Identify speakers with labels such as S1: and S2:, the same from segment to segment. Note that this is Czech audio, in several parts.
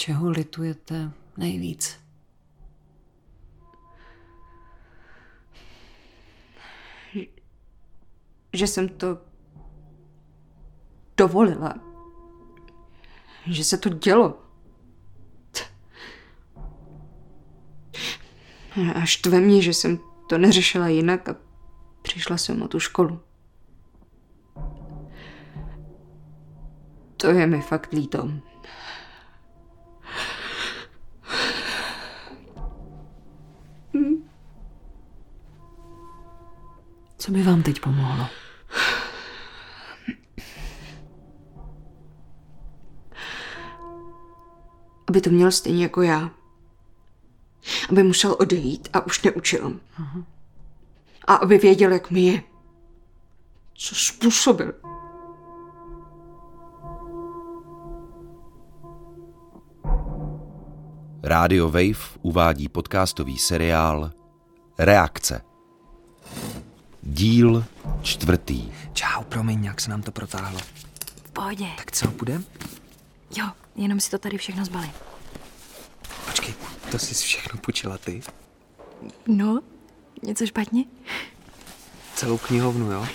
S1: čeho litujete nejvíc?
S2: Že jsem to dovolila. Že se to dělo. A štve mě, že jsem to neřešila jinak a přišla jsem na tu školu. To je mi fakt líto.
S1: Co by vám teď pomohlo?
S2: Aby to měl stejně jako já. Aby musel odejít a už neučil. Aha. A aby věděl, jak mi je. Co způsobil.
S3: Radio Wave uvádí podcastový seriál Reakce. Díl čtvrtý.
S4: Čau, promiň, jak se nám to protáhlo.
S5: V pohodě.
S4: Tak co, půjdem?
S5: Jo, jenom si to tady všechno zbalím.
S4: Počkej, to jsi všechno počila ty?
S5: No, něco špatně?
S4: Celou knihovnu, jo?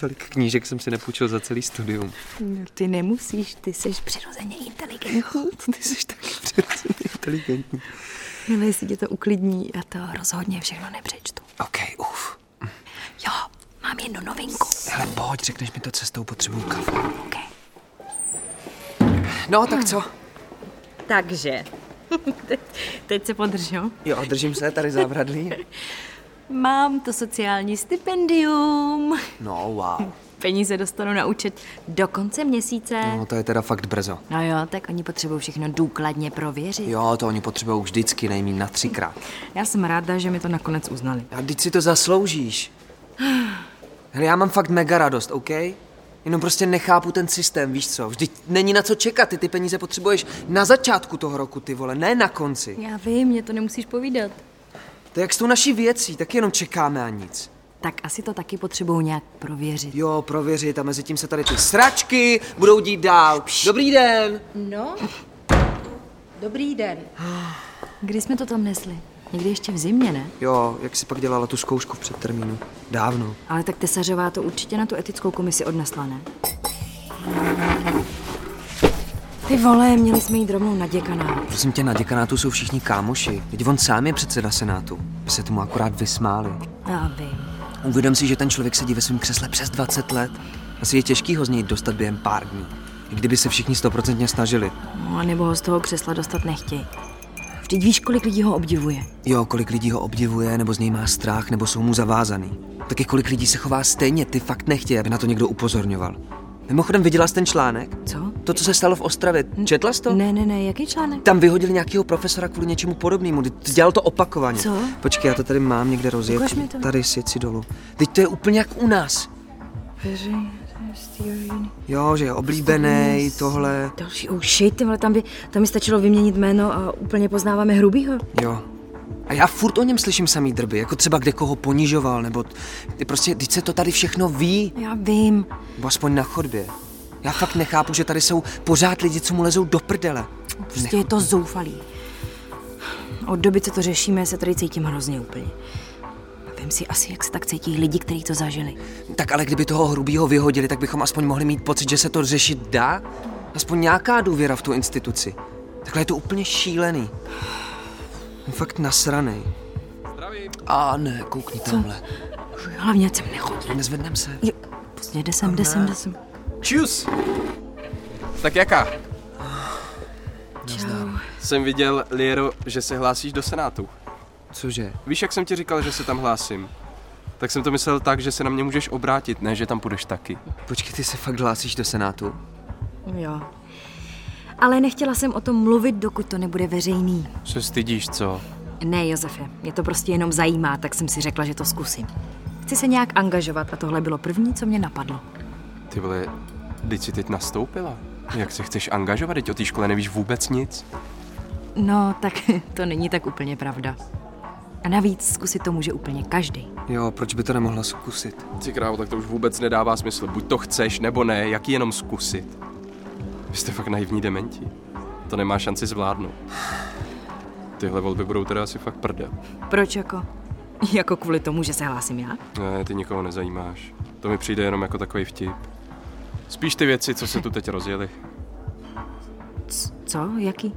S4: Tolik knížek jsem si nepůjčil za celý studium.
S5: No, ty nemusíš, ty jsi přirozeně inteligentní.
S4: Ty jsi taky přirozeně inteligentní.
S5: Ale No, jestli tě to uklidní, já to rozhodně všechno nepřečtu.
S4: OK, uf.
S5: Jo, mám jednu novinku.
S4: Hele, pojď, řekneš mi to cestou, potřebuju kafe.
S5: OK.
S4: No, tak co?
S5: Takže, teď, teď se podržím.
S4: Jo, držím se tady zábradlí.
S5: Mám to sociální stipendium.
S4: No, wow.
S5: Peníze dostanu na účet do konce měsíce.
S4: No, to je teda fakt brzo.
S5: No jo, tak oni potřebují všechno důkladně prověřit.
S4: Jo, to oni potřebují vždycky, nejmín na třikrát.
S5: Já jsem ráda, že mi to nakonec uznali.
S4: A teď si to zasloužíš. Hele, já mám fakt mega radost, OK? Jenom prostě nechápu ten systém, víš co? Vždyť není na co čekat, ty ty peníze potřebuješ na začátku toho roku, ty vole, ne na konci.
S5: Já vím, mě to nemusíš povídat.
S4: To je jak s tou naší věcí, tak jenom čekáme a nic.
S5: Tak asi to taky potřebují nějak prověřit.
S4: Jo, prověřit a mezi tím se tady ty sračky budou dít dál. Pš. Dobrý den!
S6: No, dobrý den.
S5: Kdy jsme to tam nesli? Někdy ještě v zimě, ne?
S4: Jo, jak si pak dělala tu zkoušku v předtermínu? Dávno.
S5: Ale tak Tesařová to určitě na tu etickou komisi odnesla, ne? Ty vole, měli jsme jít rovnou na děkaná.
S4: Prosím tě, na děkanátu jsou všichni kámoši. Teď on sám je předseda senátu. By se tomu akorát vysmáli.
S5: Já vím.
S4: Uvědom si, že ten člověk sedí ve svém křesle přes 20 let. Asi je těžký ho z něj dostat během pár dní. I kdyby se všichni stoprocentně snažili.
S5: No, a nebo ho z toho křesla dostat nechtějí. Vždyť víš, kolik lidí ho obdivuje.
S4: Jo, kolik lidí ho obdivuje, nebo z něj má strach, nebo jsou mu zavázaný. Taky kolik lidí se chová stejně, ty fakt nechtějí, aby na to někdo upozorňoval. Mimochodem, viděla jsi ten článek?
S5: Co?
S4: To, co se stalo v Ostravě. Četla jsi to?
S5: Ne, ne, ne, jaký článek?
S4: Tam vyhodili nějakého profesora kvůli něčemu podobnému. Ty dělal to opakovaně.
S5: Co?
S4: Počkej, já to tady mám někde rozjet.
S5: Ukaž mi to.
S4: Tady si si dolů. Teď to je úplně jak u nás. Jo, že je oblíbený, tohle.
S5: Další, oh shit, ty vole, tam, by, tam mi stačilo vyměnit jméno a úplně poznáváme hrubýho.
S4: Jo. A já furt o něm slyším samý drby, jako třeba kde koho ponižoval, nebo t- ty prostě, teď se to tady všechno ví,
S5: Já vím.
S4: nebo aspoň na chodbě. Já fakt nechápu, že tady jsou pořád lidi, co mu lezou do prdele.
S5: Prostě je to zoufalý. Od doby, co to řešíme, se tady cítím hrozně úplně. A vím si asi, jak se tak cítí lidi, kteří to zažili.
S4: Tak ale kdyby toho hrubýho vyhodili, tak bychom aspoň mohli mít pocit, že se to řešit dá. Aspoň nějaká důvěra v tu instituci. Takhle je to úplně šílený. Jsem Fakt nasranej. A ne, koukni tamhle.
S5: Hlavně, ať sem nechodí.
S4: Nezvednem se.
S5: Jo, prostě jde sem, jde sem, jde sem.
S7: Čus! Tak jaká?
S5: Čau.
S7: Jsem viděl, Liero, že se hlásíš do Senátu.
S4: Cože?
S7: Víš, jak jsem ti říkal, že se tam hlásím? Tak jsem to myslel tak, že se na mě můžeš obrátit, ne, že tam půjdeš taky.
S4: Počkej, ty se fakt hlásíš do Senátu?
S5: Jo. Ale nechtěla jsem o tom mluvit, dokud to nebude veřejný.
S7: Se stydíš, co?
S5: Ne, Josefe, mě to prostě jenom zajímá, tak jsem si řekla, že to zkusím. Chci se nějak angažovat a tohle bylo první, co mě napadlo.
S7: Ty vole, teď si teď nastoupila. Jak se chceš angažovat, teď o té škole nevíš vůbec nic?
S5: No, tak to není tak úplně pravda. A navíc zkusit to může úplně každý.
S4: Jo, proč by to nemohla zkusit?
S7: Ty krávo, tak to už vůbec nedává smysl. Buď to chceš, nebo ne, jak ji jenom zkusit. Vy jste fakt naivní dementi. to nemá šanci zvládnout. Tyhle volby budou teda asi fakt prde.
S5: Proč jako? Jako kvůli tomu, že se hlásím já?
S7: Ne, ty nikoho nezajímáš. To mi přijde jenom jako takový vtip. Spíš ty věci, co se tu teď rozjeli.
S5: C- co? Jaký?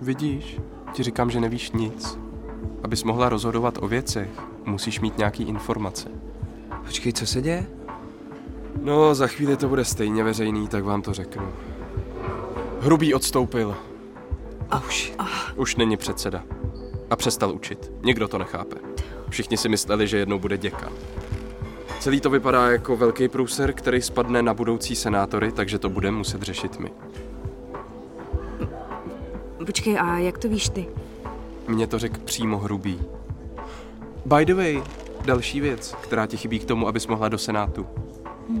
S7: Vidíš, ti říkám, že nevíš nic. Abys mohla rozhodovat o věcech, musíš mít nějaký informace.
S4: Počkej, co se děje?
S7: No, za chvíli to bude stejně veřejný, tak vám to řeknu. Hrubý odstoupil.
S4: Už.
S7: Už není předseda. A přestal učit. Nikdo to nechápe. Všichni si mysleli, že jednou bude děkan. Celý to vypadá jako velký průser, který spadne na budoucí senátory, takže to bude muset řešit my.
S5: Počkej, a jak to víš ty?
S7: Mně to řekl přímo hrubý. By the way, další věc, která ti chybí k tomu, abys mohla do Senátu.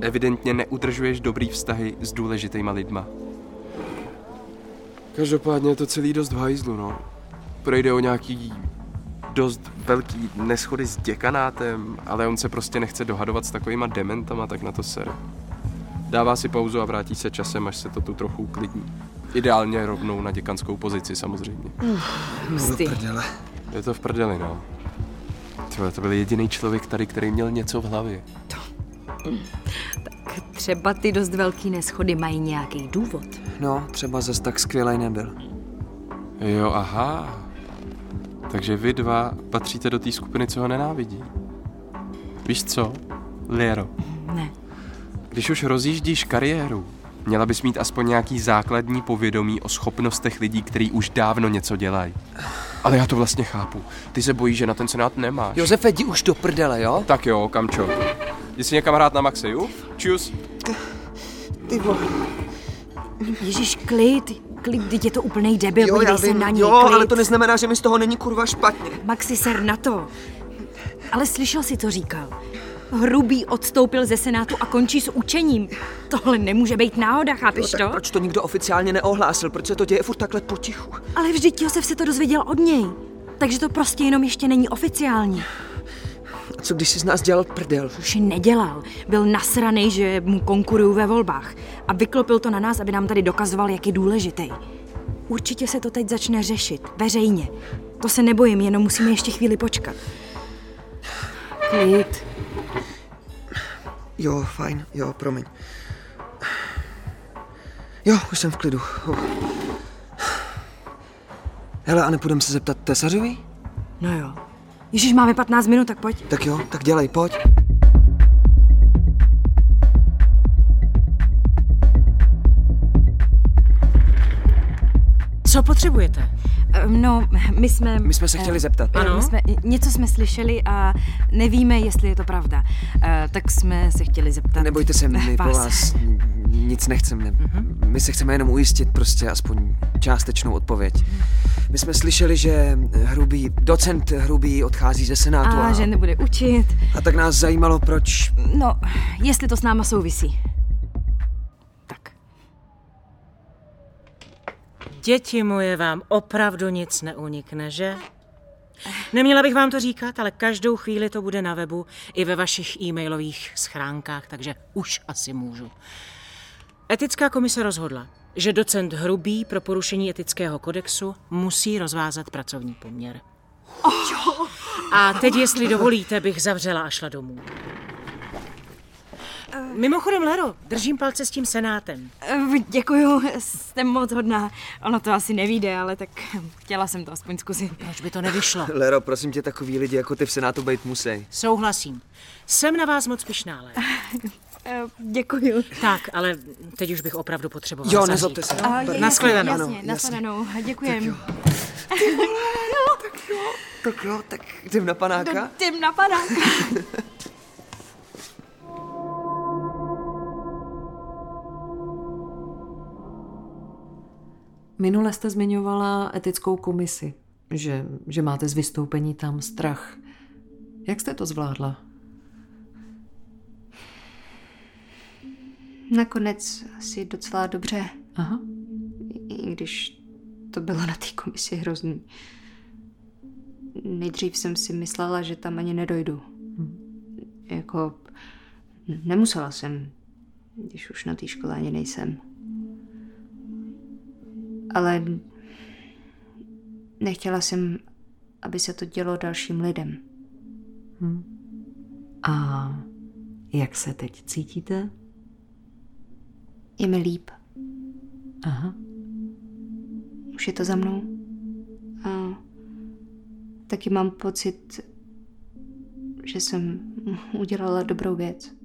S7: Evidentně neudržuješ dobrý vztahy s důležitýma lidma. Každopádně je to celý dost v hajzlu, no. Projde o nějaký dost velký neschody s děkanátem, ale on se prostě nechce dohadovat s takovýma dementama, tak na to ser. Dává si pauzu a vrátí se časem, až se to tu trochu uklidní. Ideálně rovnou na děkanskou pozici samozřejmě.
S5: Husty.
S7: Je to v prdeli, no. Tyhle, to byl jediný člověk tady, který měl něco v hlavě.
S5: Třeba ty dost velký neschody mají nějaký důvod.
S4: No, třeba zas tak skvělej nebyl.
S7: Jo, aha. Takže vy dva patříte do té skupiny, co ho nenávidí. Víš co, Liero,
S5: Ne.
S7: když už rozjíždíš kariéru, měla bys mít aspoň nějaký základní povědomí o schopnostech lidí, kteří už dávno něco dělají. Ale já to vlastně chápu. Ty se bojíš, že na ten senát nemáš.
S4: Josefe, jdi už do prdele, jo?
S7: Tak jo, kamčo. Jdi si někam hrát na Maxi, ju? Čus.
S5: Ježíš, klid, klid, teď je to úplný debil, jo, já jsem na něj,
S4: jo,
S5: klid.
S4: ale to neznamená, že mi z toho není kurva špatně.
S5: Maxi, ser na to. Ale slyšel si, co říkal. Hrubý odstoupil ze senátu a končí s učením. Tohle nemůže být náhoda, chápeš
S4: tak
S5: to?
S4: proč to nikdo oficiálně neohlásil? Proč se to děje furt takhle potichu?
S5: Ale vždyť Josef se to dozvěděl od něj. Takže to prostě jenom ještě není oficiální.
S4: A co když si z nás dělal prdel?
S5: Už nedělal. Byl nasranej, že mu konkuruju ve volbách. A vyklopil to na nás, aby nám tady dokazoval, jak je důležitý. Určitě se to teď začne řešit. Veřejně. To se nebojím, jenom musíme ještě chvíli počkat. Klid.
S4: Jo, fajn, jo, promiň. Jo, už jsem v klidu. Uh. Hele, a nepůjdem se zeptat tesařový?
S5: No jo. Ježíš, máme 15 minut, tak pojď.
S4: Tak jo, tak dělej, pojď.
S8: Co potřebujete?
S5: Ehm, No, my jsme...
S4: My jsme se chtěli zeptat.
S8: Ano.
S5: Ano. My jsme, něco jsme slyšeli a nevíme, jestli je to pravda. E, tak jsme se chtěli zeptat.
S4: Nebojte se, my po vás n- nic nechceme. My se chceme jenom ujistit prostě aspoň částečnou odpověď. My jsme slyšeli, že hrubý, docent hrubý odchází ze Senátu a,
S5: A že nebude učit.
S4: a tak nás zajímalo, proč...
S5: No, jestli to s náma souvisí. Tak.
S8: Děti moje, vám opravdu nic neunikne, že? Neměla bych vám to říkat, ale každou chvíli to bude na webu i ve vašich e-mailových schránkách, takže už asi můžu. Etická komise rozhodla, že docent Hrubý pro porušení etického kodexu musí rozvázat pracovní poměr. A teď, jestli dovolíte, bych zavřela a šla domů. Mimochodem, Lero, držím palce s tím senátem.
S5: Eh, Děkuju, jste moc hodná. Ono to asi nevíde, ale tak chtěla jsem to aspoň zkusit.
S8: Proč by to nevyšlo?
S4: Lero, prosím tě, takový lidi jako ty v Senátu být musí.
S8: Souhlasím. Jsem na vás moc pišná, ale...
S5: Eh, Děkuju.
S8: Tak, ale teď už bych opravdu potřebovala
S4: Jo,
S8: zařídit.
S4: nezlobte se. no.
S5: A je-
S8: Naschledanou.
S5: Jasně,
S4: Ano,
S5: jasně, nashledanou. Děkujem.
S4: Tak jo, tak jdem na panáka.
S5: Tím napadá.
S1: Minule jste zmiňovala etickou komisi, že, že máte z vystoupení tam strach. Jak jste to zvládla?
S2: Nakonec asi docela dobře,
S1: Aha,
S2: i když to bylo na té komisi hrozný. Nejdřív jsem si myslela, že tam ani nedojdu. Jako nemusela jsem, když už na té škole ani nejsem. ale nechtěla jsem, aby se to dělo dalším lidem.
S1: Hm. A jak se teď cítíte?
S2: Je mi líp.
S1: Aha.
S2: Už je to za mnou. A taky mám pocit, že jsem udělala dobrou věc.